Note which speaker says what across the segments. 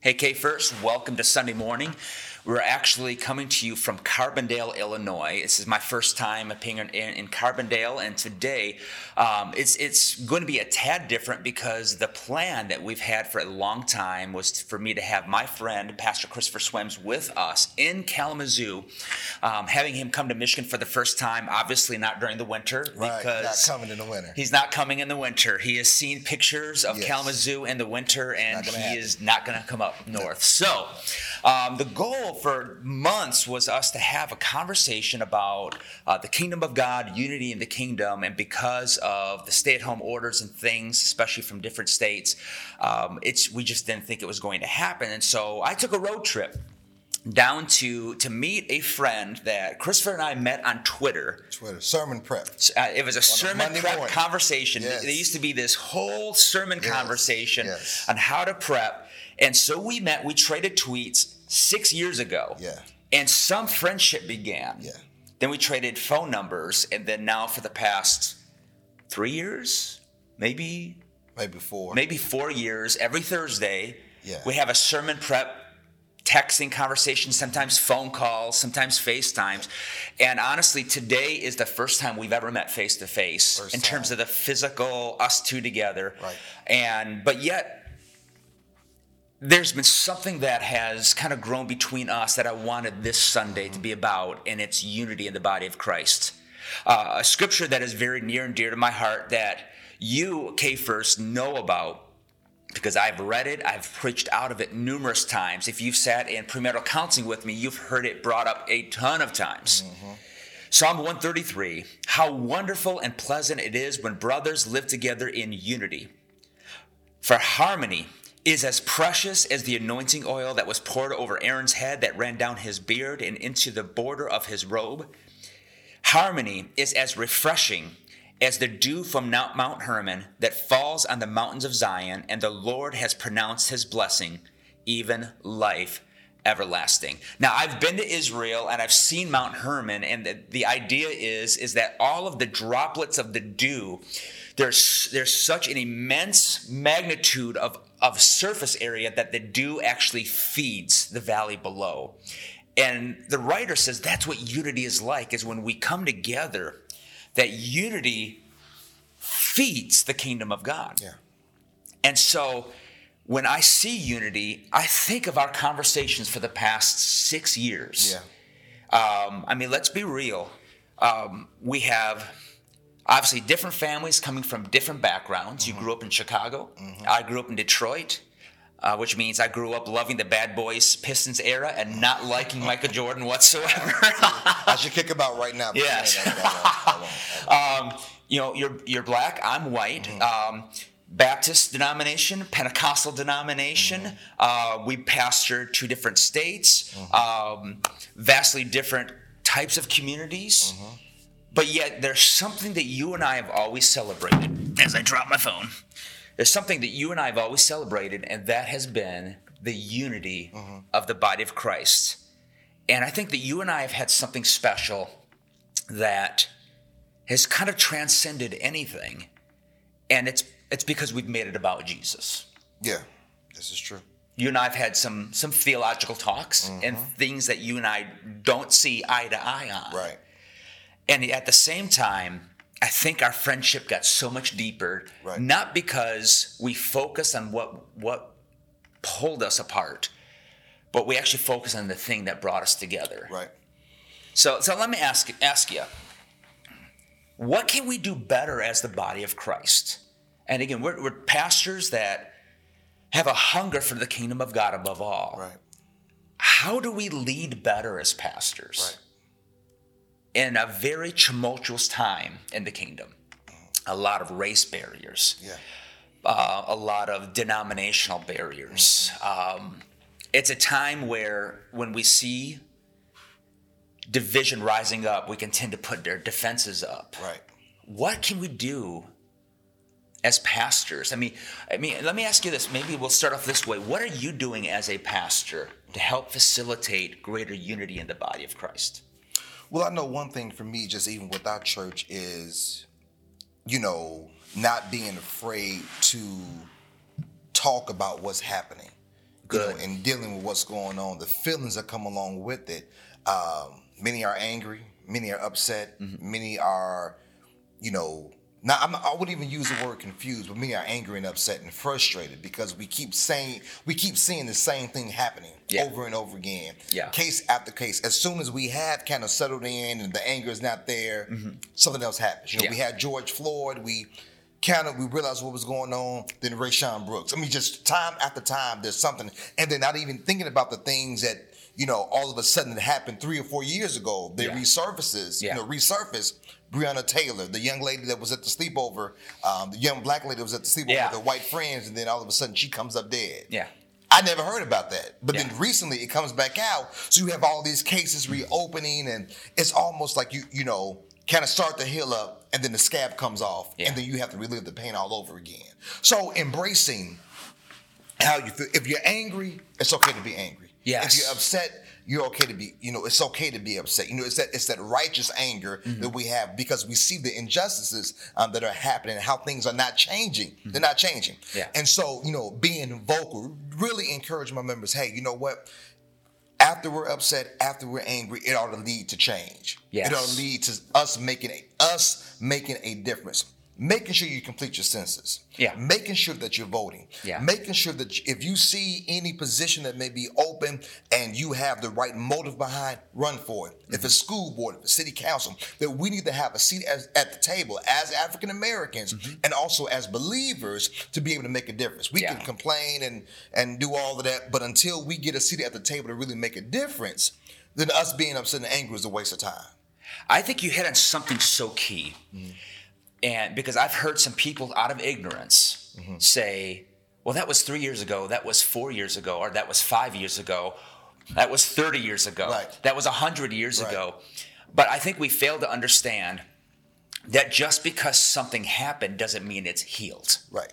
Speaker 1: Hey, K First, welcome to Sunday morning. We're actually coming to you from Carbondale, Illinois. This is my first time appearing in, in Carbondale, and today um, it's it's going to be a tad different because the plan that we've had for a long time was for me to have my friend Pastor Christopher Swims with us in Kalamazoo, um, having him come to Michigan for the first time. Obviously, not during the winter
Speaker 2: Right, not
Speaker 1: because
Speaker 2: coming in the winter.
Speaker 1: He's not coming in the winter. He has seen pictures of
Speaker 2: Yes.
Speaker 1: Kalamazoo in the winter, and
Speaker 2: Not gonna
Speaker 1: he
Speaker 2: happen.
Speaker 1: is not going to come up north. So, um, the goal for months was us to have a conversation about uh, the kingdom of God, unity in the kingdom, and because of the stay-at-home orders and things, especially from different states, um, it's we just didn't think it was going to happen. And so, I took a road trip down to to meet a friend that Christopher and I met on Twitter
Speaker 2: Twitter sermon prep.
Speaker 1: uh, it was a sermon
Speaker 2: Monday
Speaker 1: prep
Speaker 2: morning.
Speaker 1: conversation.
Speaker 2: Yes.
Speaker 1: There used to be this whole sermon
Speaker 2: Yes,
Speaker 1: conversation
Speaker 2: yes.
Speaker 1: on how to prep. And so we met, we traded tweets six years ago.
Speaker 2: Yeah.
Speaker 1: And some friendship began.
Speaker 2: Yeah.
Speaker 1: Then we traded phone numbers. And then now for the past three years, maybe
Speaker 2: Maybe four.
Speaker 1: maybe four years, every Thursday,
Speaker 2: Yeah.
Speaker 1: we have a sermon prep, texting conversation, sometimes phone calls, sometimes FaceTimes. And honestly, today is the first time we've ever met face to face
Speaker 2: First
Speaker 1: in terms
Speaker 2: time.
Speaker 1: of the physical, us two together.
Speaker 2: Right.
Speaker 1: And, but yet, there's been something that has kind of grown between us that I wanted this Sunday to be about, and it's unity in the body of Christ. Uh, a scripture that is very near and dear to my heart that you, K First, know about because I've read it, I've preached out of it numerous times. If you've sat in premarital counseling with me, you've heard it brought up a ton of times. Psalm 133 How wonderful and pleasant it is when brothers live together in unity. For harmony is as precious as the anointing oil that was poured over Aaron's head that ran down his beard and into the border of his robe. Harmony is as refreshing as the dew from Mount Mount Hermon that falls on the mountains of Zion, and the Lord has pronounced his blessing, even life everlasting. Now, I've been to Israel and I've seen Mount Hermon, and the, the idea is is that all of the droplets of the dew, there's there's such an immense magnitude of of surface area that the dew actually feeds the valley below. And the writer says that's what unity is like is when we come together, that unity feeds the kingdom of God.
Speaker 2: Yeah.
Speaker 1: And so when I see unity, I think of our conversations for the past six years.
Speaker 2: Yeah.
Speaker 1: Um, I mean, let's be real. Um, we have obviously different families coming from different backgrounds. You grew up in Chicago, I grew up in Detroit. Uh, which means I grew up loving the Bad Boys Pistons era and not liking Michael Jordan whatsoever.
Speaker 2: I should kick about right now. but
Speaker 1: Yes.
Speaker 2: I won't, I won't, I won't.
Speaker 1: um, you know, you're you're black, I'm white. Um, Baptist denomination, Pentecostal denomination. Uh, we pastor two different states, um, vastly different types of communities. But yet, there's something that you and I have always celebrated. As I drop my phone, there's something that you and I have always celebrated, and that has been the unity of the body of Christ. And I think that you and I have had something special that has kind of transcended anything and it's it's because we've made it about jesus
Speaker 2: yeah, this is true.
Speaker 1: you and i've had some some theological talks and
Speaker 2: Mm-hmm.
Speaker 1: things that you and i don't see eye to eye on
Speaker 2: Right.
Speaker 1: and at the same time i think our friendship got so much deeper
Speaker 2: Right.
Speaker 1: not because we focused on what what pulled us apart but we actually focused on the thing that brought us together
Speaker 2: Right.
Speaker 1: so, so let me ask ask you, what can we do better as the body of Christ? And again, we're, we're pastors that have a hunger for the kingdom of God above all.
Speaker 2: Right.
Speaker 1: How do we lead better as pastors in a very tumultuous time in the kingdom? A lot of race barriers
Speaker 2: Yeah.
Speaker 1: uh, a lot of denominational barriers. Um, it's a time where when we see division rising up, we can tend to put their defenses up.
Speaker 2: Right.
Speaker 1: What can we do as pastors? I mean, I mean, let me ask you this. Maybe we'll start off this way. What are you doing as a pastor to help facilitate greater unity in the body of Christ?
Speaker 2: Well, I know one thing for me, just even with our church, is, you know, not being afraid to talk about what's happening.
Speaker 1: Good.
Speaker 2: know, in dealing with what's going on, the feelings that come along with it. Um, many are angry, many are upset,
Speaker 1: Mm-hmm.
Speaker 2: many are, you know, now I'm, I wouldn't even use the word confused, but many are angry and upset and frustrated because we keep saying we keep seeing the same thing happening
Speaker 1: Yeah.
Speaker 2: over and over again,
Speaker 1: Yeah.
Speaker 2: case after case. As soon as we have kind of settled in and the anger is not there, something else happens. You know, we
Speaker 1: Mm-hmm. Yeah.
Speaker 2: had George Floyd, we kind of we realized what was going on. Then Rayshawn Brooks. I mean, just time after time, there's something, and they're not even thinking about the things that you know all of a sudden it happened three or four years ago. They
Speaker 1: Yeah.
Speaker 2: resurfaces,
Speaker 1: Yeah.
Speaker 2: you know, resurface. Breonna Taylor, the young lady that was at the sleepover, um, the young black lady that was at the sleepover
Speaker 1: Yeah.
Speaker 2: with her white friends, and then all of a sudden she comes up dead.
Speaker 1: Yeah.
Speaker 2: I never heard about that. But
Speaker 1: Yeah.
Speaker 2: then recently it comes back out. So you have all these cases reopening and it's almost like you, you know, kind of start to heal up and then the scab comes off
Speaker 1: Yeah.
Speaker 2: and then you have to relive the pain all over again. So embracing how you feel. If you're angry, it's okay to be angry.
Speaker 1: Yes.
Speaker 2: If you're upset, you're okay to be, you know, it's okay to be upset. You know, it's that it's that righteous anger
Speaker 1: Mm-hmm.
Speaker 2: that we have because we see the injustices um, that are happening, how things are not changing. They're not changing.
Speaker 1: Mm-hmm. Yeah.
Speaker 2: And so, you know, being vocal, really encourage my members, hey, you know what? After we're upset, after we're angry, it ought to lead to change.
Speaker 1: Yes.
Speaker 2: It ought to lead to us making a, us making a difference. Making sure you complete your census.
Speaker 1: Yeah.
Speaker 2: Making sure that you're voting.
Speaker 1: Yeah.
Speaker 2: Making sure that you- if you see any position that may be open and you have the right motive behind, run for it.
Speaker 1: Mm-hmm.
Speaker 2: If it's school board, if it's city council, that we need to have a seat as, at the table as African Americans
Speaker 1: Mm-hmm.
Speaker 2: and also as believers to be able to make a difference. We
Speaker 1: Yeah.
Speaker 2: can complain and and do all of that, but until we get a seat at the table to really make a difference, then us being upset and angry is a waste of time.
Speaker 1: I think you hit on something so key. And because I've heard some people out of ignorance
Speaker 2: Mm-hmm.
Speaker 1: say, well, that was three years ago, that was four years ago, or that was five years ago, that was 30 years ago,
Speaker 2: Right.
Speaker 1: that was 100 years
Speaker 2: Right.
Speaker 1: ago. But I think we fail to understand that just because something happened doesn't mean it's healed.
Speaker 2: Right.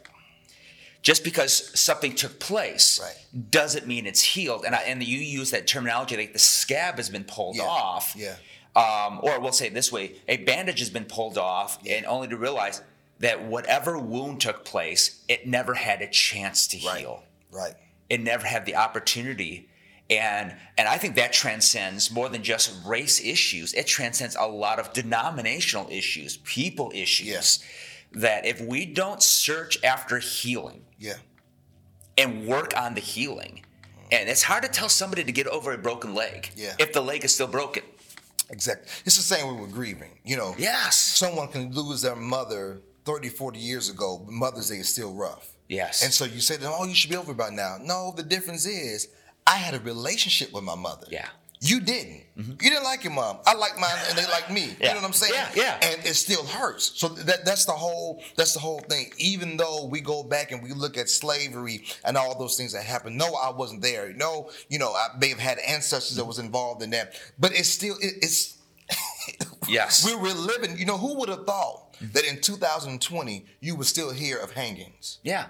Speaker 1: Just because something took place
Speaker 2: Right.
Speaker 1: doesn't mean it's healed. And, I, and you use that terminology like the scab has been pulled
Speaker 2: Yeah.
Speaker 1: off
Speaker 2: Yeah.
Speaker 1: um, or we'll say it this way a bandage has been pulled off and only to realize that whatever wound took place it never had a chance to
Speaker 2: Right.
Speaker 1: heal
Speaker 2: Right.
Speaker 1: it never had the opportunity and and i think that transcends more than just race issues it transcends a lot of denominational issues people issues
Speaker 2: Yes.
Speaker 1: that if we don't search after healing
Speaker 2: Yeah.
Speaker 1: and work on the healing and it's hard to tell somebody to get over a broken leg
Speaker 2: Yeah.
Speaker 1: if the leg is still broken
Speaker 2: Exactly. It's the same way with grieving. You know,
Speaker 1: yes
Speaker 2: someone can lose their mother 30, 40 years ago, but Mother's Day is still rough.
Speaker 1: Yes.
Speaker 2: And so you say to them, oh, you should be over by now. No, the difference is I had a relationship with my mother.
Speaker 1: Yeah. Mm-hmm.
Speaker 2: You didn't. You didn't like your mom. I like mine, and they like me.
Speaker 1: Yeah.
Speaker 2: You know what I'm saying?
Speaker 1: Yeah, yeah.
Speaker 2: And it still hurts. So that that's the whole that's the whole thing. Even though we go back and we look at slavery and all those things that happened. No, I wasn't there. No, you know, I may have had ancestors that was involved in that, but it's still it, it's
Speaker 1: yes
Speaker 2: we're reliving. You know, who would have thought that in 2020 you would still hear of hangings,
Speaker 1: Yeah.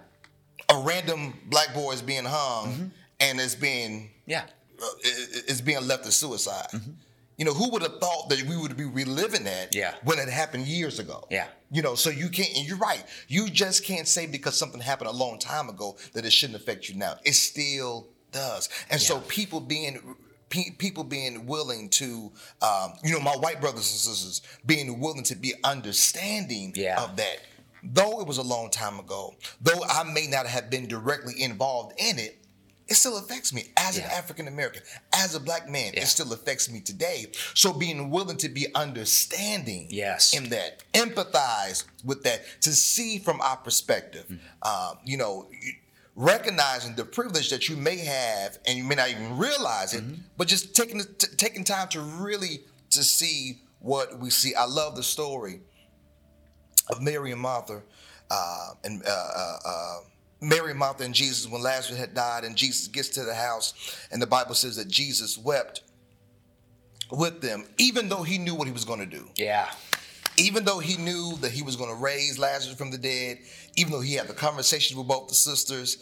Speaker 2: of random black boys being hung, and it's being
Speaker 1: Yeah.
Speaker 2: uh, it- it's being left to suicide.
Speaker 1: Mm-hmm.
Speaker 2: You know, who would have thought that we would be reliving that
Speaker 1: Yeah.
Speaker 2: when it happened years ago?
Speaker 1: Yeah.
Speaker 2: You know, so you can't, and you're right. You just can't say because something happened a long time ago that it shouldn't affect you now. It still does. And so people being, pe- people being willing to, um, you know, my white brothers and sisters being willing to be understanding
Speaker 1: Yeah.
Speaker 2: of that. Though it was a long time ago, though I may not have been directly involved in it, it still affects me as an
Speaker 1: Yeah.
Speaker 2: African American, as a black man.
Speaker 1: Yeah.
Speaker 2: It still affects me today. So being willing to be understanding
Speaker 1: Yes.
Speaker 2: in that, empathize with that, to see from our perspective,
Speaker 1: Mm.
Speaker 2: um, you know, you- recognizing the privilege that you may have, and you may not even realize it,
Speaker 1: Mm-hmm.
Speaker 2: but just taking the- t- taking time to really to see what we see. I love the story of Mary and Martha, uh, and uh, uh, uh, Mary, Martha, and Jesus when Lazarus had died, and Jesus gets to the house, and the Bible says that Jesus wept with them, even though he knew what he was going to do,
Speaker 1: Yeah.
Speaker 2: even though he knew that he was going to raise Lazarus from the dead, even though he had the conversations with both the sisters.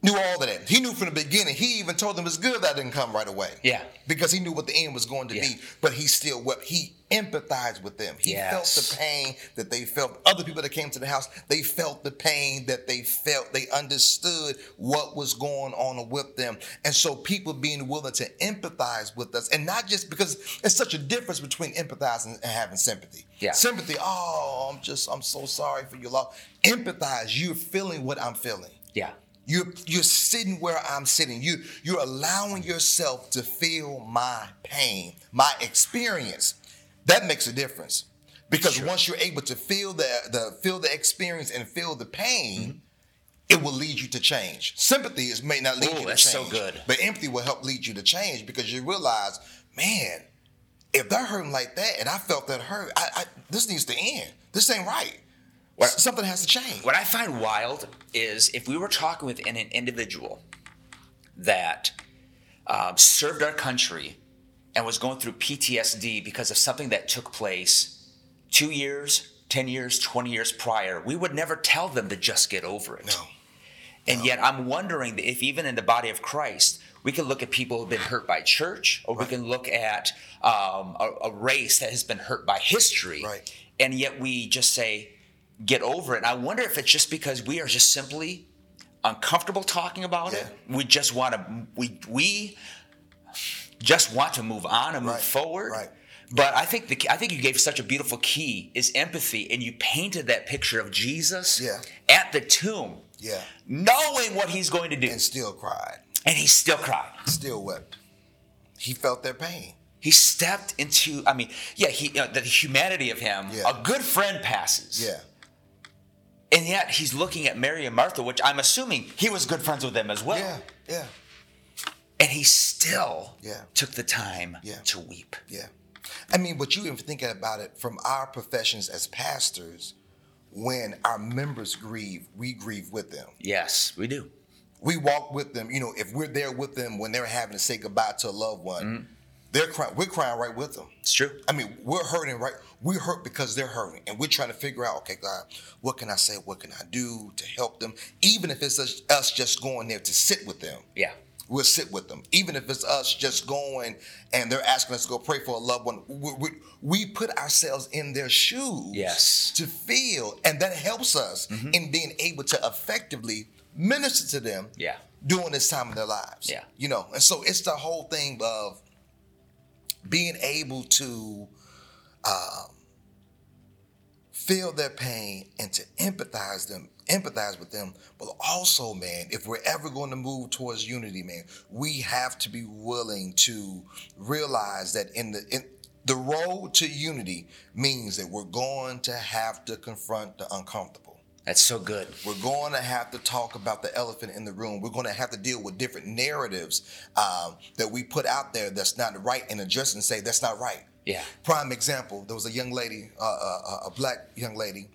Speaker 2: knew all of that. He knew from the beginning. He even told them it's good that I didn't come right away.
Speaker 1: Yeah.
Speaker 2: Because he knew what the end was going to
Speaker 1: Yeah.
Speaker 2: be, but he still wept. He empathized with them. He felt
Speaker 1: Yes.
Speaker 2: the pain that they felt. Other people that came to the house, they felt the pain that they felt. They understood what was going on with them. And so people being willing to empathize with us, and not just because it's such a difference between empathizing and having sympathy.
Speaker 1: Yeah.
Speaker 2: Sympathy, oh, I'm just, I'm so sorry for your loss. Empathize, you're feeling what I'm feeling.
Speaker 1: Yeah.
Speaker 2: You're you're sitting where I'm sitting. You you're allowing yourself to feel my pain, my experience. That makes a difference. Because once you're able to feel the the feel the experience and feel the pain,
Speaker 1: Mm-hmm.
Speaker 2: it will lead you to change. Sympathy is may not lead
Speaker 1: Ooh,
Speaker 2: you to
Speaker 1: that's so
Speaker 2: change,
Speaker 1: good.
Speaker 2: But empathy will help lead you to change because you realize, man, if they're hurting like that and I felt that hurt, I, I this needs to end. This ain't right. Something has to change.
Speaker 1: What I find wild is if we were talking with an, an individual that um, served our country and was going through PTSD because of something that took place two years, 10 years, 20 years prior, we would never tell them to just get over it.
Speaker 2: No. Oh.
Speaker 1: And yet, I'm wondering if even in the body of Christ, we can look at people who've been hurt by church, or we can look at um, a, a race that has been hurt by history,
Speaker 2: Right.
Speaker 1: and yet we just say, "Get over it." And I wonder if it's just because we are just simply uncomfortable talking about it.
Speaker 2: Yeah.
Speaker 1: We just want to we we just want to move on and move
Speaker 2: Right,
Speaker 1: forward.
Speaker 2: right.
Speaker 1: But I think the I think you gave such a beautiful key is empathy, and you painted that picture of Jesus
Speaker 2: Yeah.
Speaker 1: at the tomb
Speaker 2: Yeah.
Speaker 1: knowing what he's going to do,
Speaker 2: And still cried.
Speaker 1: and he still cried.
Speaker 2: still wept. He felt their pain.
Speaker 1: He stepped into. I mean, yeah, he you know, the humanity of him.
Speaker 2: Yeah.
Speaker 1: A good friend passes.
Speaker 2: Yeah.
Speaker 1: And yet he's looking at Mary and Martha, which I'm assuming he was good friends with them as well.
Speaker 2: Yeah. Yeah.
Speaker 1: And he still
Speaker 2: Yeah.
Speaker 1: took the time
Speaker 2: Yeah.
Speaker 1: to weep.
Speaker 2: Yeah. I mean, but you even thinking about it from our professions as pastors, when our members grieve, we grieve with them.
Speaker 1: Yes, we do.
Speaker 2: We walk with them. You know, if we're there with them when they're having to say goodbye to a loved one, they're crying. We're crying right with them.
Speaker 1: It's true.
Speaker 2: I mean, we're hurting, right? We're hurt because they're hurting, and we're trying to figure out, okay, God, what can I say? What can I do to help them? Even if it's us- us just going there to sit with them.
Speaker 1: Yeah.
Speaker 2: we'll sit with them. Even if it's us just going and they're asking us to go pray for a loved one, we, we, we put ourselves in their shoes
Speaker 1: Yes.
Speaker 2: to feel, and that helps us in being able to effectively minister to them
Speaker 1: Yeah.
Speaker 2: during this time of their lives.
Speaker 1: Yeah.
Speaker 2: You know, and so it's the whole thing of being able to um, feel their pain and to empathize them, empathize with them. But also, man, if we're ever going to move towards unity, man, we have to be willing to realize that in the in, the road to unity means that we're going to have to confront the uncomfortable.
Speaker 1: That's so good.
Speaker 2: We're going to have to talk about the elephant in the room. We're going to have to deal with different narratives um, that we put out there that's not right and address and say that's not right.
Speaker 1: Yeah.
Speaker 2: Prime example: there was a young lady, uh, a, a black young lady,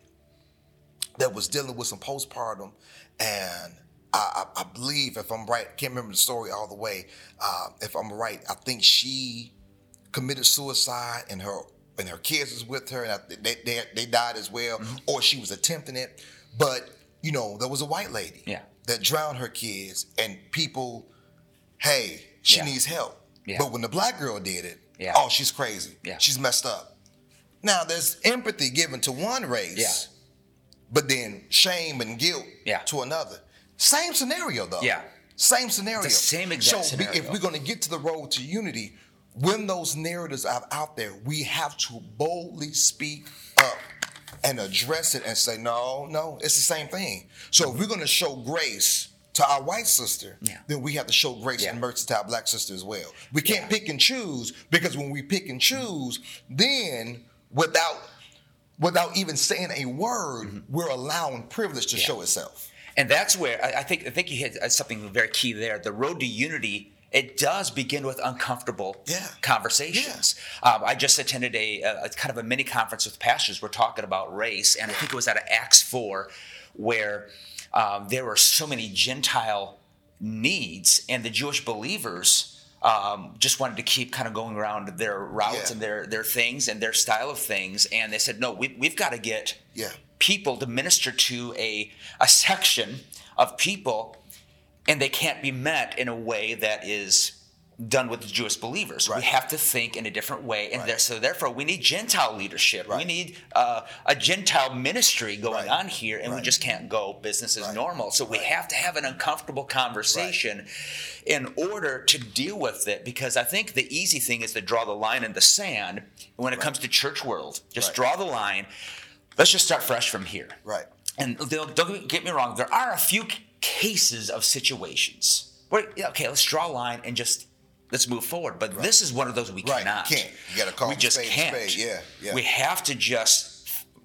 Speaker 2: that was dealing with some postpartum, and I, I, I believe, if I'm right, can't remember the story all the way. Uh, if I'm right, I think she committed suicide, and her and her kids was with her, and I, they, they they died as well,
Speaker 1: Mm-hmm.
Speaker 2: or she was attempting it. But you know, there was a white lady
Speaker 1: Yeah.
Speaker 2: that drowned her kids, and people, hey, she
Speaker 1: Yeah.
Speaker 2: needs help.
Speaker 1: Yeah.
Speaker 2: But when the black girl did it,
Speaker 1: Yeah.
Speaker 2: oh, she's crazy.
Speaker 1: Yeah.
Speaker 2: She's messed up. Now there's empathy given to one race,
Speaker 1: Yeah.
Speaker 2: but then shame and guilt
Speaker 1: Yeah.
Speaker 2: to another. Same scenario though.
Speaker 1: Yeah.
Speaker 2: Same scenario.
Speaker 1: The same exact
Speaker 2: so we- if
Speaker 1: scenario.
Speaker 2: we're going to get to the road to unity, when those narratives are out there, we have to boldly speak up and address it and say, no, no, it's the same thing. So if we're going to show grace to our white sister,
Speaker 1: Yeah.
Speaker 2: then we have to show grace
Speaker 1: Yeah.
Speaker 2: and mercy to our black sister as well. We can't pick and choose because when we pick and choose, then without without even saying a word,
Speaker 1: Mm-hmm.
Speaker 2: we're allowing privilege to show itself.
Speaker 1: And that's where I, I think I think you hit uh, something very key there. The road to unity it does begin with uncomfortable
Speaker 2: Yeah.
Speaker 1: conversations. Um, I just attended a, a, a kind of a mini conference with pastors. We're talking about race, and I think it was out of Acts four, where um, there were so many Gentile needs, and the Jewish believers. Um, just wanted to keep kind of going around their routes
Speaker 2: Yeah.
Speaker 1: and their their things and their style of things, and they said, "No, we, we've got to get
Speaker 2: Yeah.
Speaker 1: people to minister to a, a section of people and they can't be met in a way that is done with the Jewish believers. We
Speaker 2: Right.
Speaker 1: have to think in a different way, and there, so therefore we need Gentile leadership. We
Speaker 2: Right.
Speaker 1: need uh, a Gentile ministry going
Speaker 2: Right.
Speaker 1: on here, and we
Speaker 2: Right.
Speaker 1: just can't go business as
Speaker 2: Right.
Speaker 1: normal. So we have to have an uncomfortable conversation in order to deal with it, because I think the easy thing is to draw the line in the sand when it comes to church world. Just
Speaker 2: Right.
Speaker 1: draw the line. Let's just start fresh from here.
Speaker 2: Right.
Speaker 1: And they'll- don't get me wrong, there are a few c- cases of situations where, yeah, okay, let's draw a line and just let's move forward. But this is one of those we
Speaker 2: Right, you
Speaker 1: cannot.
Speaker 2: can't. You gotta call
Speaker 1: We
Speaker 2: a
Speaker 1: just
Speaker 2: spade a
Speaker 1: can't.
Speaker 2: spade, yeah, yeah.
Speaker 1: We have to just.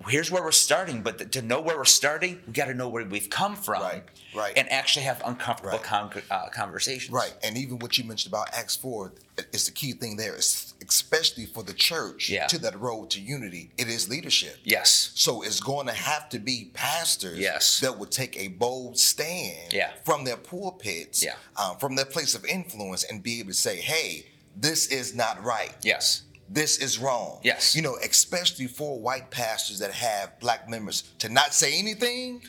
Speaker 1: Here's where we're starting, but th- to know where we're starting, we got to know where we've come from,
Speaker 2: Right, right.
Speaker 1: and actually have uncomfortable
Speaker 2: Right.
Speaker 1: con- uh, conversations.
Speaker 2: Right. And even what you mentioned about Acts 4 is the key thing there, is especially for the church
Speaker 1: Yeah.
Speaker 2: to that road to unity. It is leadership.
Speaker 1: Yes.
Speaker 2: So it's going to have to be pastors
Speaker 1: Yes.
Speaker 2: that would take a bold stand
Speaker 1: Yeah.
Speaker 2: from their pulpits,
Speaker 1: Yeah.
Speaker 2: um, from their place of influence, and be able to say, hey, this is not right.
Speaker 1: Yes.
Speaker 2: This is wrong.
Speaker 1: Yes.
Speaker 2: You know, especially for white pastors that have black members to not say anything,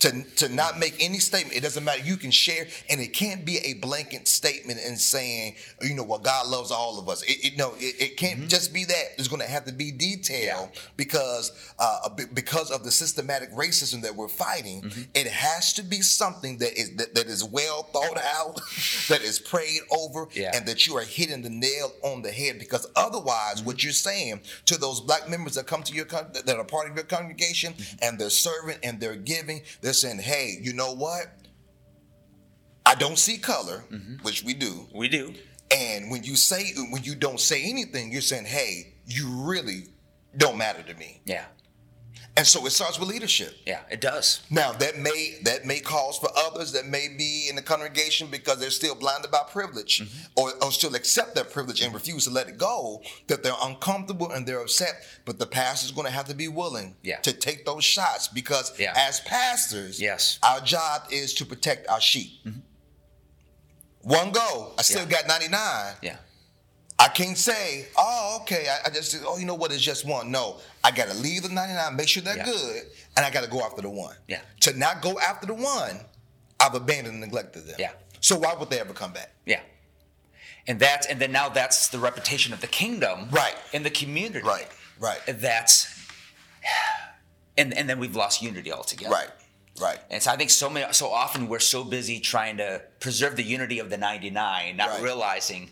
Speaker 2: to, to not make any statement. It doesn't matter. You can share, and it can't be a blanket statement in saying, you know, well, God loves all of us. It, it- no, it, it can't just be that. It's going to have to be detailed because uh, be- because of the systematic racism that we're fighting. It has to be something that is that, that is well thought out, that is prayed over,
Speaker 1: Yeah.
Speaker 2: and that you are hitting the nail on the head. Because otherwise, what you're saying to those black members that come to your con- that are part of your congregation and they're serving and they're giving, they're saying, "Hey, you know what? I don't see color, which we do.
Speaker 1: We do.
Speaker 2: And when you say when you don't say anything, you're saying, "Hey, you really don't matter to me."
Speaker 1: Yeah.
Speaker 2: And so it starts with leadership.
Speaker 1: Yeah. It does.
Speaker 2: Now that may that may cause for others that may be in the congregation because they're still blinded by privilege
Speaker 1: Mm-hmm.
Speaker 2: or, or still accept that privilege and refuse to let it go, that they're uncomfortable and they're upset. But the pastor's gonna have to be willing
Speaker 1: Yeah.
Speaker 2: to take those shots because
Speaker 1: Yeah.
Speaker 2: as pastors,
Speaker 1: Yes. Mm-hmm.
Speaker 2: our job is to protect our sheep. One go, I still
Speaker 1: Yeah.
Speaker 2: got 99.
Speaker 1: Yeah.
Speaker 2: I can't say, oh, okay, I, I just, oh, you know what, it's just one. No, I got to leave the 99, make sure they're
Speaker 1: Yeah.
Speaker 2: good, and I got to go after the one.
Speaker 1: Yeah.
Speaker 2: To not go after the one, I've abandoned and neglected them.
Speaker 1: Yeah.
Speaker 2: So why would they ever come back?
Speaker 1: Yeah. And that's and then now that's the reputation of the kingdom
Speaker 2: Right.
Speaker 1: in the community.
Speaker 2: Right, right,
Speaker 1: That's and and then we've lost unity altogether.
Speaker 2: right, right.
Speaker 1: And so I think so many so often we're so busy trying to preserve the unity of the 99, not
Speaker 2: Right.
Speaker 1: realizing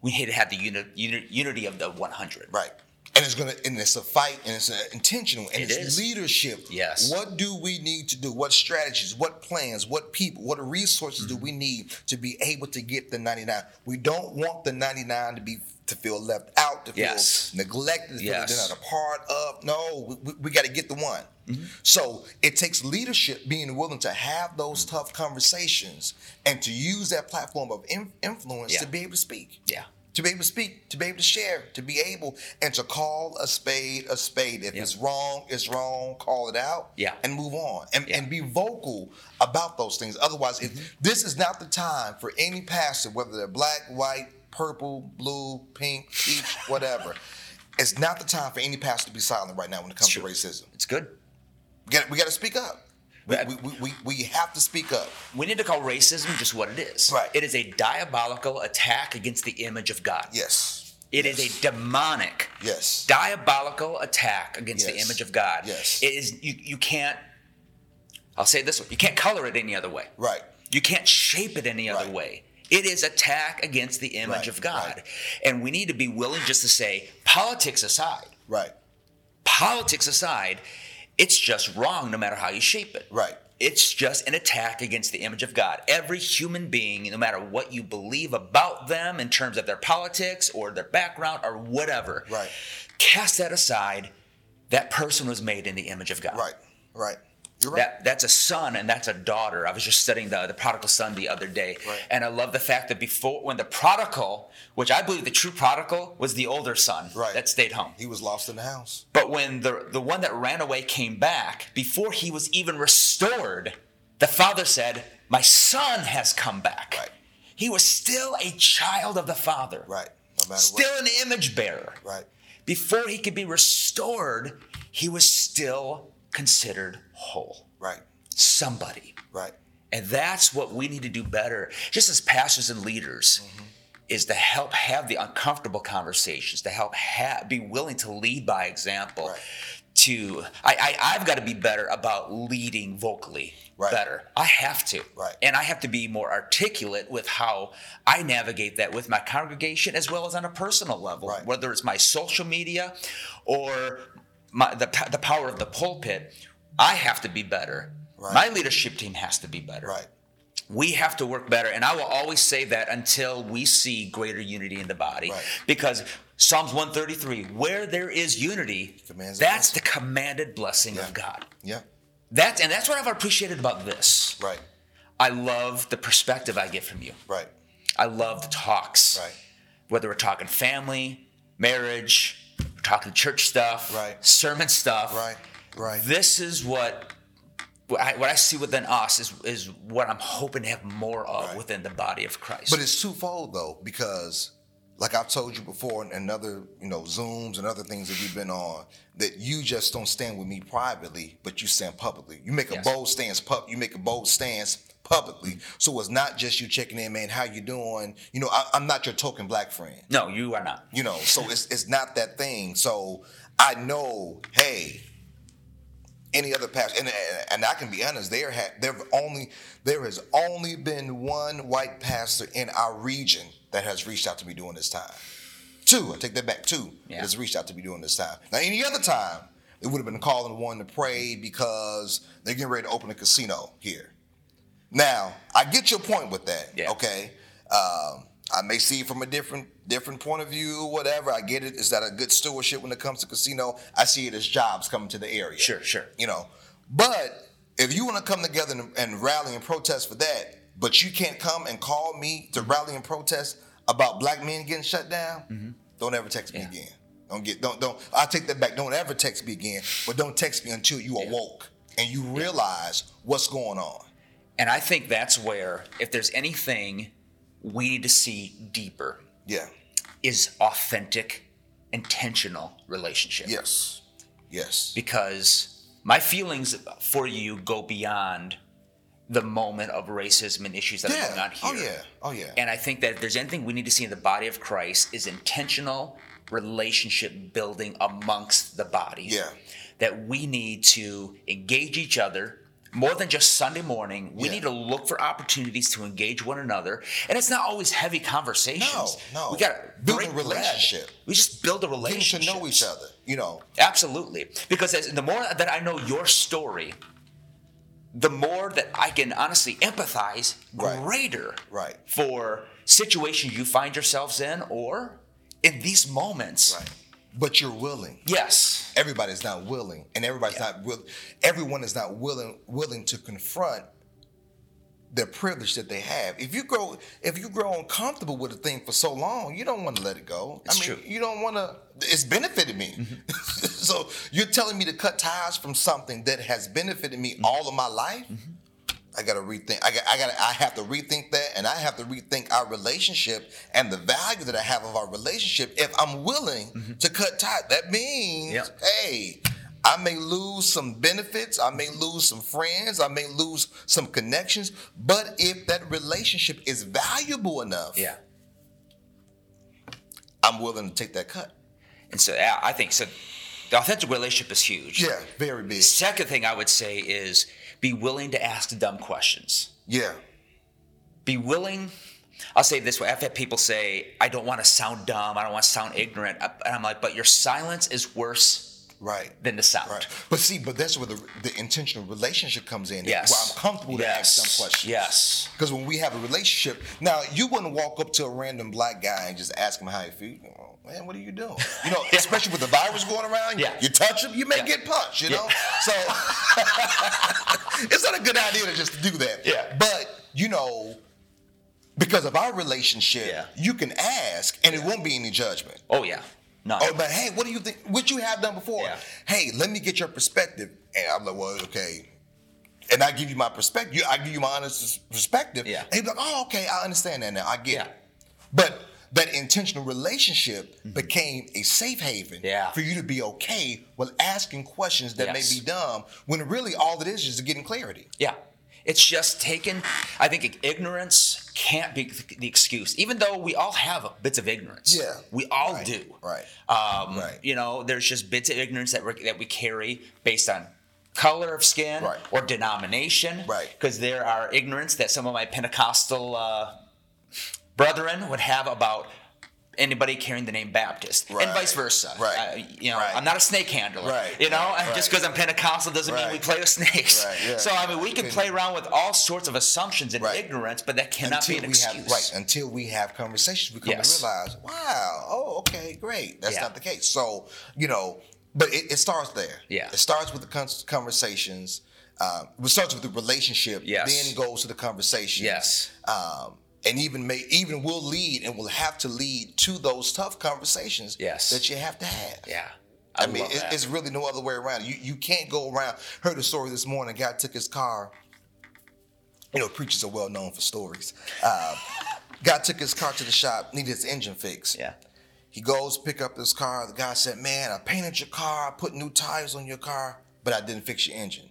Speaker 1: we need to have the uni, uni, unity of the 100.
Speaker 2: Right. And it's gonna, and it's a fight, and it's uh, intentional, and
Speaker 1: It
Speaker 2: it's
Speaker 1: is.
Speaker 2: leadership.
Speaker 1: Yes.
Speaker 2: What do we need to do? What strategies? What plans? What people? What resources
Speaker 1: Mm-hmm.
Speaker 2: do we need to be able to get the ninety nine? We don't want the ninety nine to be to feel left out, to feel
Speaker 1: Yes.
Speaker 2: neglected, to feel
Speaker 1: Yes. Mm-hmm.
Speaker 2: they're not a part of. No, we- we, we got to get the one. So it takes leadership being willing to have those
Speaker 1: Mm-hmm.
Speaker 2: tough conversations and to use that platform of in, influence
Speaker 1: Yeah.
Speaker 2: to be able to speak
Speaker 1: Yeah.
Speaker 2: to be able to speak, to be able to share, to be able and to call a spade a spade. If
Speaker 1: Yeah.
Speaker 2: it's wrong, it's wrong. Call it out,
Speaker 1: Yeah.
Speaker 2: and move on, and,
Speaker 1: Yeah. Mm-hmm.
Speaker 2: and be vocal about those things. Otherwise, if, this is not the time for any pastor, whether they're black, white, purple, blue, pink, peach, whatever. It's not the time for any pastor to be silent right now when it comes to
Speaker 1: Sure.
Speaker 2: racism.
Speaker 1: It's good.
Speaker 2: We got, we got to speak up. We,
Speaker 1: But-
Speaker 2: we, we, we, we have to speak up.
Speaker 1: We need to call racism just what it is.
Speaker 2: Right.
Speaker 1: It is a diabolical attack against the image of God.
Speaker 2: Yes.
Speaker 1: It is a demonic,
Speaker 2: Yes.
Speaker 1: diabolical attack against the
Speaker 2: Yes.
Speaker 1: image of God.
Speaker 2: Yes.
Speaker 1: It is you, you can't I'll say it this way. You can't color it any other way.
Speaker 2: Right.
Speaker 1: You can't shape it any other
Speaker 2: Right.
Speaker 1: way. It is attack against the image
Speaker 2: Right,
Speaker 1: of God.
Speaker 2: right.
Speaker 1: And we need to be willing just to say, politics aside,
Speaker 2: Right.
Speaker 1: politics aside, it's just wrong no matter how you shape it.
Speaker 2: Right.
Speaker 1: It's just an attack against the image of God. Every human being, no matter what you believe about them in terms of their politics or their background or whatever,
Speaker 2: Right.
Speaker 1: cast that aside. That person was made in the image of God.
Speaker 2: Right. Right. You're right.
Speaker 1: That, that's a son and that's a daughter. I was just studying the, the prodigal son the other day.
Speaker 2: Right.
Speaker 1: And I love the fact that before, when the prodigal, which I believe the true prodigal was the older son
Speaker 2: Right.
Speaker 1: that stayed home.
Speaker 2: He was lost in the house.
Speaker 1: But when the, the one that ran away came back, before he was even restored, the father said, My son has come back.
Speaker 2: Right.
Speaker 1: He was still a child of the father,
Speaker 2: Right. No matter
Speaker 1: still an image bearer.
Speaker 2: what. Right.
Speaker 1: Before he could be restored, he was still considered whole,
Speaker 2: Right.
Speaker 1: somebody.
Speaker 2: Right.
Speaker 1: And that's what we need to do better, just as pastors and leaders,
Speaker 2: Mm-hmm.
Speaker 1: is to help have the uncomfortable conversations, to help ha- be willing to lead by example.
Speaker 2: Right.
Speaker 1: To I, I I've got to be better about leading vocally.
Speaker 2: Right.
Speaker 1: Better. I have to.
Speaker 2: Right.
Speaker 1: And I have to be more articulate with how I navigate that with my congregation as well as on a personal level,
Speaker 2: Right.
Speaker 1: whether it's my social media or my, the, p- the power of the pulpit. I have to be better.
Speaker 2: Right.
Speaker 1: My leadership team has to be better.
Speaker 2: Right.
Speaker 1: We have to work better. And I will always say that until we see greater unity in the body.
Speaker 2: Right.
Speaker 1: Because Psalms 133, where there is unity,
Speaker 2: Commands a
Speaker 1: that's
Speaker 2: blessing.
Speaker 1: the commanded blessing
Speaker 2: Yeah.
Speaker 1: of God.
Speaker 2: Yep.
Speaker 1: That, and that's what I've appreciated about this.
Speaker 2: Right.
Speaker 1: I love the perspective I get from you.
Speaker 2: Right.
Speaker 1: I love the talks.
Speaker 2: Right.
Speaker 1: Whether we're talking family, marriage, we're talking church stuff,
Speaker 2: Right.
Speaker 1: sermon stuff.
Speaker 2: Right. Right.
Speaker 1: This is what what I, what I see within us is is what I'm hoping to have more of
Speaker 2: Right.
Speaker 1: within the body of Christ.
Speaker 2: But it's twofold though, because like I've told you before in another, you know, Zooms and other things that we've been on, that you just don't stand with me privately, but you stand publicly. You make a
Speaker 1: Yes.
Speaker 2: bold stance pub you make a bold stance publicly. So it's not just you checking in, man, how you doing? You know, I, I'm not your token black friend.
Speaker 1: no, you are not.
Speaker 2: You know, so it's it's not that thing. So I know, hey, any other pastor, and, and I can be honest, there have there have only there has only been one white pastor in our region that has reached out to me during this time. Two, I take that back. Two
Speaker 1: Yeah.
Speaker 2: that has reached out to me during this time. Now, any other time, it would have been calling one to pray because they're getting ready to open a casino here. Now, I get your point with that.
Speaker 1: Yeah.
Speaker 2: Okay. Um, I may see it from a different different point of view, whatever. I get it. Is that a good stewardship when it comes to casino? I see it as jobs coming to the area.
Speaker 1: Sure, sure.
Speaker 2: You know, but if you want to come together and, and rally and protest for that, but you can't come and call me to rally and protest about black men getting shut down, don't ever text me
Speaker 1: Mm-hmm. Yeah.
Speaker 2: again. Don't get don't don't. I take that back. Don't ever text me again. But don't text me until you
Speaker 1: Yeah.
Speaker 2: awoke and you realize what's going on.
Speaker 1: And I think that's where if there's anything we need to see deeper
Speaker 2: Yeah.
Speaker 1: is authentic, intentional relationship.
Speaker 2: Yes. Yes.
Speaker 1: because my feelings for you go beyond the moment of racism and issues that are going on here.
Speaker 2: Oh yeah. Oh yeah.
Speaker 1: And I think that if there's anything we need to see in the body of Christ is intentional relationship building amongst the body.
Speaker 2: Yeah.
Speaker 1: That we need to engage each other more than just Sunday morning. We
Speaker 2: Yeah.
Speaker 1: need to look for opportunities to engage one another. And it's not always heavy conversations.
Speaker 2: No, no.
Speaker 1: We gotta
Speaker 2: Build a
Speaker 1: break bread.
Speaker 2: relationship.
Speaker 1: We just build a
Speaker 2: Getting
Speaker 1: relationship.
Speaker 2: to know each other. You know.
Speaker 1: Absolutely. Because as, the more that I know your story, the more that I can honestly empathize
Speaker 2: Right.
Speaker 1: greater
Speaker 2: Right.
Speaker 1: for situations you find yourselves in or in these moments.
Speaker 2: Right. But you're willing.
Speaker 1: Yes.
Speaker 2: Everybody's not willing, and everybody's
Speaker 1: Yeah.
Speaker 2: not will. Everyone is not willing willing to confront the privilege that they have. If you grow if you grow uncomfortable with a thing for so long, you don't want to let it go.
Speaker 1: It's
Speaker 2: I mean,
Speaker 1: true. Mm-hmm.
Speaker 2: you don't want to. It's benefited me. so you're telling me to cut ties from something that has benefited me
Speaker 1: Mm-hmm.
Speaker 2: all of my life. I gotta rethink. I got. I got. I have to rethink that, and I have to rethink our relationship and the value that I have of our relationship. If I'm willing
Speaker 1: Mm-hmm.
Speaker 2: to cut ties, that means,
Speaker 1: Yeah.
Speaker 2: hey, I may lose some benefits. I may lose some friends. I may lose some connections. But if that relationship is valuable enough,
Speaker 1: Yeah.
Speaker 2: I'm willing to take that cut.
Speaker 1: And so yeah, I think so. The authentic relationship is huge.
Speaker 2: Yeah, very big.
Speaker 1: Second thing I would say is be willing to ask dumb questions.
Speaker 2: Yeah,
Speaker 1: be willing. I'll say it this way: I've had people say, "I don't want to sound dumb. I don't want to sound ignorant," uh, and I'm like, "But your silence is worse
Speaker 2: right.
Speaker 1: than the sound."
Speaker 2: Right. But see, but that's where the, the intentional relationship comes in.
Speaker 1: Yes.
Speaker 2: Where I'm comfortable to ask
Speaker 1: Yes.
Speaker 2: some questions.
Speaker 1: Yes.
Speaker 2: Because when we have a relationship, now you wouldn't walk up to a random black guy and just ask him how he feels. Oh, Man, what are you doing? You know, especially with the virus going around.
Speaker 1: Yeah.
Speaker 2: You touch him, you may
Speaker 1: Yeah.
Speaker 2: get punched. You know, so it's not a good idea to just do that.
Speaker 1: Yeah.
Speaker 2: But you know, because of our relationship,
Speaker 1: Yeah.
Speaker 2: you can ask, and it won't be any judgment.
Speaker 1: Oh yeah. No.
Speaker 2: Oh, but hey, what do you think? What you have done before?
Speaker 1: Yeah.
Speaker 2: Hey, let me get your perspective. And I'm like, well, okay. And I give you my perspective. You- I give you my honest perspective.
Speaker 1: Yeah.
Speaker 2: And he's like, oh, okay, I understand that now. I get
Speaker 1: Yeah.
Speaker 2: it. But that intentional relationship became a safe haven
Speaker 1: Mm-hmm. Yeah.
Speaker 2: for you to be okay with asking questions that
Speaker 1: Yes.
Speaker 2: may be dumb when really all it is is getting clarity.
Speaker 1: Yeah. It's just taken. I think ignorance can't be the excuse, even though we all have bits of ignorance.
Speaker 2: Yeah.
Speaker 1: we all
Speaker 2: Right,
Speaker 1: do.
Speaker 2: right,
Speaker 1: Um,
Speaker 2: right.
Speaker 1: You know, there's just bits of ignorance that we that we carry based on color of skin
Speaker 2: Right.
Speaker 1: or denomination.
Speaker 2: Right.
Speaker 1: Because there are ignorance that some of my Pentecostal uh, brethren would have about anybody carrying the name Baptist, and
Speaker 2: Right.
Speaker 1: vice versa.
Speaker 2: Right.
Speaker 1: Uh, you know,
Speaker 2: Right.
Speaker 1: I'm not a snake handler.
Speaker 2: Right.
Speaker 1: You know,
Speaker 2: Right.
Speaker 1: and just
Speaker 2: Right.
Speaker 1: because I'm Pentecostal doesn't mean we
Speaker 2: Right.
Speaker 1: play with snakes.
Speaker 2: Right. Yeah.
Speaker 1: So I mean, we can play around with all sorts of assumptions and
Speaker 2: Right.
Speaker 1: ignorance, but that cannot be an
Speaker 2: we
Speaker 1: excuse.
Speaker 2: have right until we have conversations, we come
Speaker 1: Yes.
Speaker 2: to realize, wow, oh, okay, great, that's
Speaker 1: Yeah.
Speaker 2: not the case. So you know, but it, it starts there.
Speaker 1: Yeah.
Speaker 2: it starts with the con- conversations. Um, it starts with the relationship.
Speaker 1: Yes.
Speaker 2: then goes to the conversation.
Speaker 1: Yes.
Speaker 2: um, and even may even will lead and will have to lead to those tough conversations.
Speaker 1: Yes.
Speaker 2: that you have to have.
Speaker 1: Yeah.
Speaker 2: I, mean,
Speaker 1: love
Speaker 2: it,
Speaker 1: that.
Speaker 2: it's really no other way around. You you can't go around. Heard a story this morning. Guy took his car. You know, preachers are well known for stories. Uh, guy took his car to the shop. Needed his engine fixed.
Speaker 1: yeah.
Speaker 2: He goes pick up his car. The guy said, "Man, I painted your car. I put new tires on your car, but I didn't fix your engine."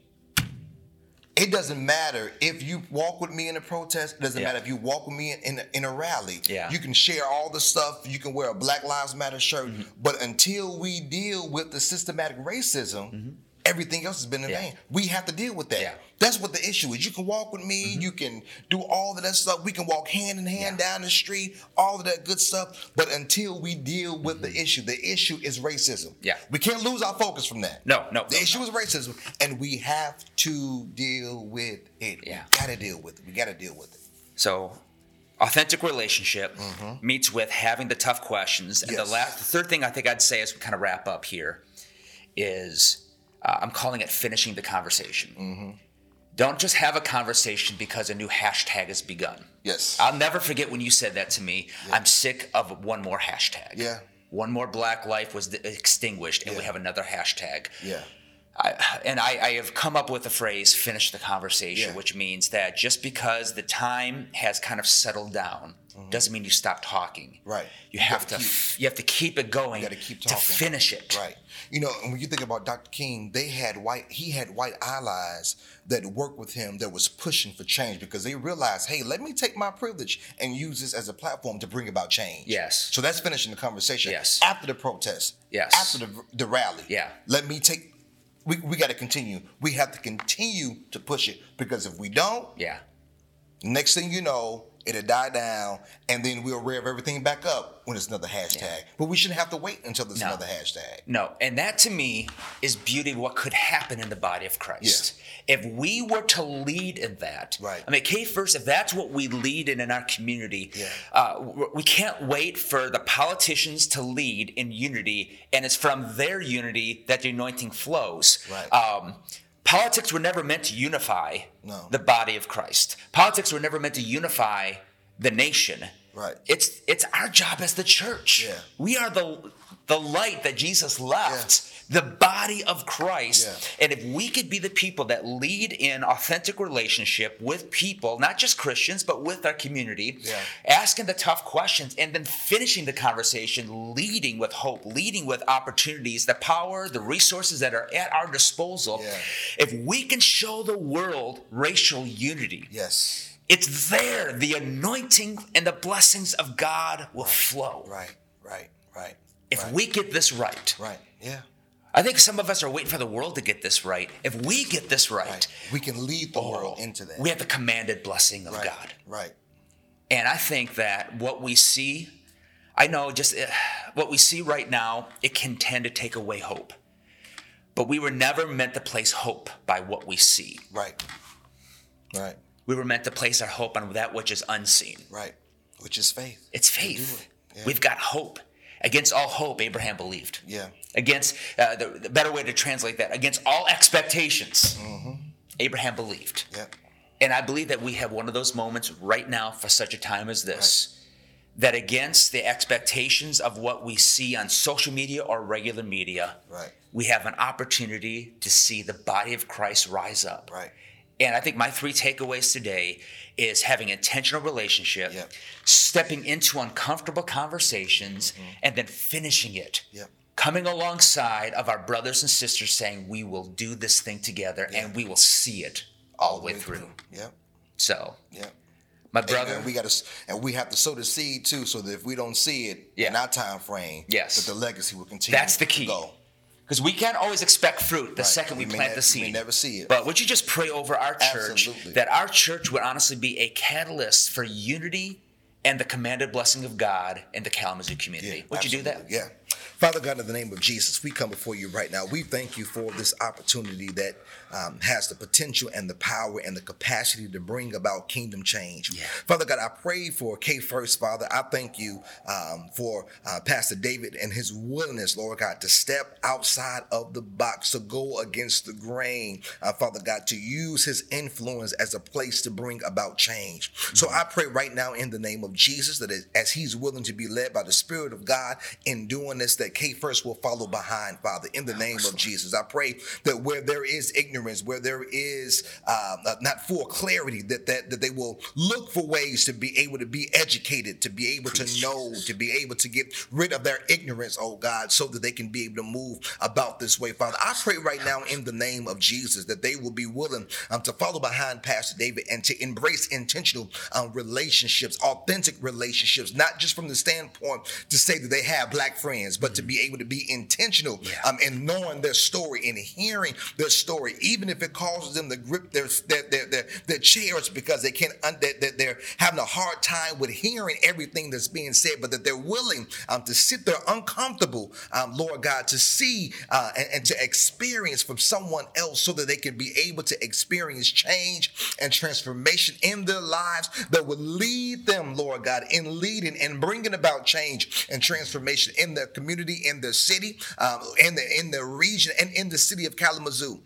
Speaker 2: It doesn't matter if you walk with me in a protest. It doesn't
Speaker 1: Yeah.
Speaker 2: matter if you walk with me in, in, a, in a rally.
Speaker 1: Yeah.
Speaker 2: You can share all the stuff. You can wear a Black Lives Matter shirt.
Speaker 1: Mm-hmm.
Speaker 2: But until we deal with the systematic racism, everything else has been in
Speaker 1: Mm-hmm. Yeah.
Speaker 2: vain. We have to deal with that.
Speaker 1: Yeah.
Speaker 2: That's what the issue is. You can walk with me.
Speaker 1: Mm-hmm.
Speaker 2: You can do all of that stuff. We can walk hand in hand down the street. All of that good stuff. But until we deal with the issue, the issue is racism.
Speaker 1: Mm-hmm. Yeah.
Speaker 2: We can't lose our focus from that.
Speaker 1: No, no,
Speaker 2: The
Speaker 1: no,
Speaker 2: issue is racism, and we have to deal with it.
Speaker 1: Yeah.
Speaker 2: We gotta deal with it. We gotta deal with it.
Speaker 1: So, authentic relationship meets with having the tough questions. And
Speaker 2: Mm-hmm. Yes.
Speaker 1: the last, the third thing I think I'd say as we kind of wrap up here is uh, I'm calling it finishing the conversation.
Speaker 2: Mm-hmm.
Speaker 1: Don't just have a conversation because a new hashtag has begun.
Speaker 2: Yes.
Speaker 1: I'll never forget when you said that to me. I'm sick of one more hashtag.
Speaker 2: Yeah.
Speaker 1: One more black life was extinguished, and we
Speaker 2: Yeah.
Speaker 1: have another hashtag.
Speaker 2: yeah.
Speaker 1: I, and I, I have come up with the phrase finish the conversation,
Speaker 2: Yeah.
Speaker 1: which means that just because the time has kind of settled down doesn't mean you stop talking.
Speaker 2: Mm-hmm. Right.
Speaker 1: You
Speaker 2: You
Speaker 1: have to
Speaker 2: gotta
Speaker 1: you have to keep it going
Speaker 2: gotta keep
Speaker 1: to
Speaker 2: talking.
Speaker 1: finish it.
Speaker 2: Right. You know, and when you think about Dr. King, they had white he had white allies that worked with him that was pushing for change because they realized, hey, let me take my privilege and use this as a platform to bring about change.
Speaker 1: Yes.
Speaker 2: So that's finishing the conversation.
Speaker 1: Yes.
Speaker 2: After the protest.
Speaker 1: Yes.
Speaker 2: After the the rally.
Speaker 1: Yeah.
Speaker 2: Let me take we, we got to continue. We have to continue to push it because if we don't,
Speaker 1: Yeah.
Speaker 2: Next thing you know, it'll die down, and then we'll rev everything back up when it's another hashtag. But we shouldn't have to wait until there's
Speaker 1: No.
Speaker 2: another hashtag.
Speaker 1: No, and that to me is beauty of what could happen in the body of Christ. If we were to lead in that,
Speaker 2: Right.
Speaker 1: I mean, K first, if that's what we lead in in our community,
Speaker 2: Yeah.
Speaker 1: uh, w- we can't wait for the politicians to lead in unity, and it's from their unity that the anointing flows.
Speaker 2: Right.
Speaker 1: Um, politics were never meant to unify
Speaker 2: No.
Speaker 1: the body of Christ. Politics were never meant to unify the nation.
Speaker 2: Right.
Speaker 1: It's it's our job as the church.
Speaker 2: Yeah.
Speaker 1: We are the the light that Jesus left, the body of Christ.
Speaker 2: Yeah.
Speaker 1: And if we could be the people that lead in authentic relationship with people, not just Christians, but with our community,
Speaker 2: Yeah.
Speaker 1: asking the tough questions and then finishing the conversation, leading with hope, leading with opportunities, the power, the resources that are at our disposal.
Speaker 2: Yeah.
Speaker 1: If we can show the world racial unity,
Speaker 2: Yes.
Speaker 1: it's there. The anointing and the blessings of God will flow.
Speaker 2: Right. Right. Right.
Speaker 1: If
Speaker 2: right,
Speaker 1: we get this right,
Speaker 2: Right. Yeah.
Speaker 1: I think some of us are waiting for the world to get this right. If we get this right,
Speaker 2: Right. We can lead the
Speaker 1: oh,
Speaker 2: world into that.
Speaker 1: we have the commanded blessing of
Speaker 2: right.
Speaker 1: God.
Speaker 2: Right.
Speaker 1: And I think that what we see, I know just uh, what we see right now, it can tend to take away hope. But we were never meant to place hope by what we see.
Speaker 2: Right. Right.
Speaker 1: We were meant to place our hope on that which is unseen.
Speaker 2: Right. Which is faith.
Speaker 1: It's faith.
Speaker 2: it. Yeah.
Speaker 1: We've got hope. Against all hope, Abraham believed.
Speaker 2: Yeah.
Speaker 1: Against uh, the, the better way to translate that, against all expectations,
Speaker 2: Mm-hmm.
Speaker 1: Abraham believed.
Speaker 2: Yeah.
Speaker 1: And I believe that we have one of those moments right now for such a time as this. That against the expectations of what we see on social media or regular media,
Speaker 2: Right.
Speaker 1: we have an opportunity to see the body of Christ rise up.
Speaker 2: Right.
Speaker 1: And I think my three takeaways today is having intentional relationship,
Speaker 2: Yep.
Speaker 1: stepping into uncomfortable conversations, and then finishing it.
Speaker 2: Mm-hmm. Yep.
Speaker 1: Coming alongside of our brothers and sisters saying, We will do this thing together and we will see it all the way through.
Speaker 2: Yep.
Speaker 1: So,
Speaker 2: Yep.
Speaker 1: my
Speaker 2: And
Speaker 1: brother,
Speaker 2: then we got to, and we have to sow the seed too, so that if we don't see it in
Speaker 1: Yeah.
Speaker 2: our time frame,
Speaker 1: Yes.
Speaker 2: that the legacy will continue.
Speaker 1: That's the
Speaker 2: to
Speaker 1: key.
Speaker 2: Go.
Speaker 1: because we can't always expect fruit the
Speaker 2: Right.
Speaker 1: second we,
Speaker 2: We may
Speaker 1: plant
Speaker 2: ne-
Speaker 1: the
Speaker 2: we
Speaker 1: seed.
Speaker 2: may never see it.
Speaker 1: But would you just pray over our church
Speaker 2: Absolutely.
Speaker 1: that our church would honestly be a catalyst for unity and the commanded blessing of God in the Kalamazoo community? would you do that?
Speaker 2: absolutely. Yeah. Father God, in the name of Jesus, we come before you right now. We thank you for this opportunity that um, has the potential and the power and the capacity to bring about kingdom change. Father God, I pray for K First, Father. I thank you um, for uh, Pastor David and his willingness, Lord God, to step outside of the box, to go against the grain, uh, Father God, to use his influence as a place to bring about change. So I pray right now in the name of Jesus that as- as he's willing to be led by the Spirit of God in doing this, that K first will follow behind, Father, in the name of Jesus. I pray that where there is ignorance, where there is um, uh, not full clarity, that, that that they will look for ways to be able to be educated, to be able to know, to be able to get rid of their ignorance, oh God, so that they can be able to move about this way, Father. I pray right now in the name of Jesus that they will be willing um, to follow behind Pastor David and to embrace intentional um, relationships, authentic relationships, not just from the standpoint to say that they have black friends, but to be able to be intentional um, in knowing their story and hearing their story, even if it causes them to grip their their their, their, their chairs because they can't un- that that they're having a hard time with hearing everything that's being said, but that they're willing um, to sit there uncomfortable, um, Lord God, to see uh, and, and to experience from someone else so that they can be able to experience change and transformation in their lives that will lead them, Lord God, in leading and bringing about change and transformation in their community, in their city, um, in, the, in their region, and in the city of Kalamazoo.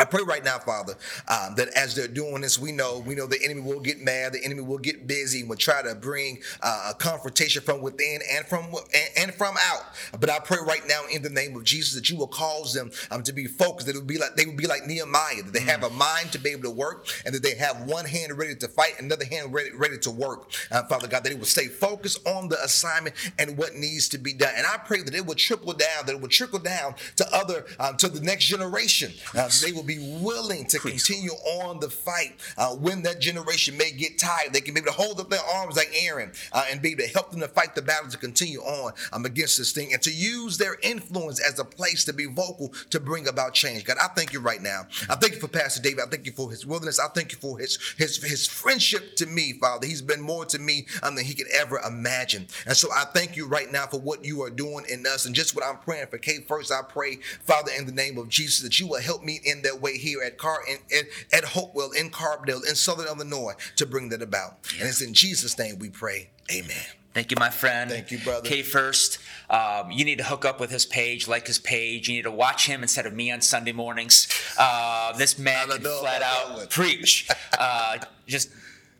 Speaker 2: I pray right now, Father, um, that as they're doing this, we know we know the enemy will get mad, the enemy will get busy, and will try to bring uh, a confrontation from within and from and, and from out. But I pray right now in the name of Jesus that you will cause them um, to be focused. That it will be like they will be like Nehemiah, that they have a mind to be able to work, and that they have one hand ready to fight, another hand ready ready to work. Uh, Father God, that it will stay focused on the assignment and what needs to be done. And I pray that it will trickle down, that it will trickle down to other um, to the next generation. Uh, they will be willing to continue on the fight uh, when that generation may get tired. They can be able to hold up their arms like Aaron uh, and be able to help them to fight the battle to continue on um, against this thing and to use their influence as a place to be vocal to bring about change. God, I thank you right now. I thank you for Pastor David. I thank you for his wilderness. I thank you for his his his friendship to me, Father. He's been more to me um, than he could ever imagine. And so I thank you right now for what you are doing in us and just what I'm praying for. Kate, first I pray, Father, in the name of Jesus, that you will help me in that way here at Car in, in, at Hopewell in Carbondale in Southern Illinois to bring that about. And it's in Jesus' name we pray. Amen.
Speaker 1: Thank you, my friend.
Speaker 2: Thank you, brother.
Speaker 1: K First, um, you need to hook up with his page, like his page. You need to watch him instead of me on Sunday mornings. Uh, this man
Speaker 2: don't
Speaker 1: can
Speaker 2: know
Speaker 1: flat
Speaker 2: about that one.
Speaker 1: out preach. Uh, just.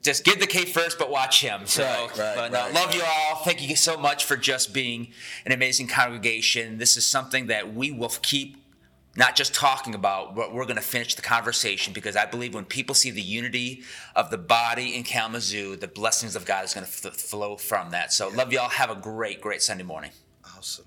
Speaker 1: Just give the K first, but watch him. So,
Speaker 2: Right, right,
Speaker 1: but, uh,
Speaker 2: right,
Speaker 1: love you all. Thank you so much for just being an amazing congregation. This is something that we will keep not just talking about, but we're going to finish the conversation because I believe when people see the unity of the body in Kalamazoo, the blessings of God is going to f- flow from that. So, love y'all. Have a great, great Sunday morning.
Speaker 2: Awesome.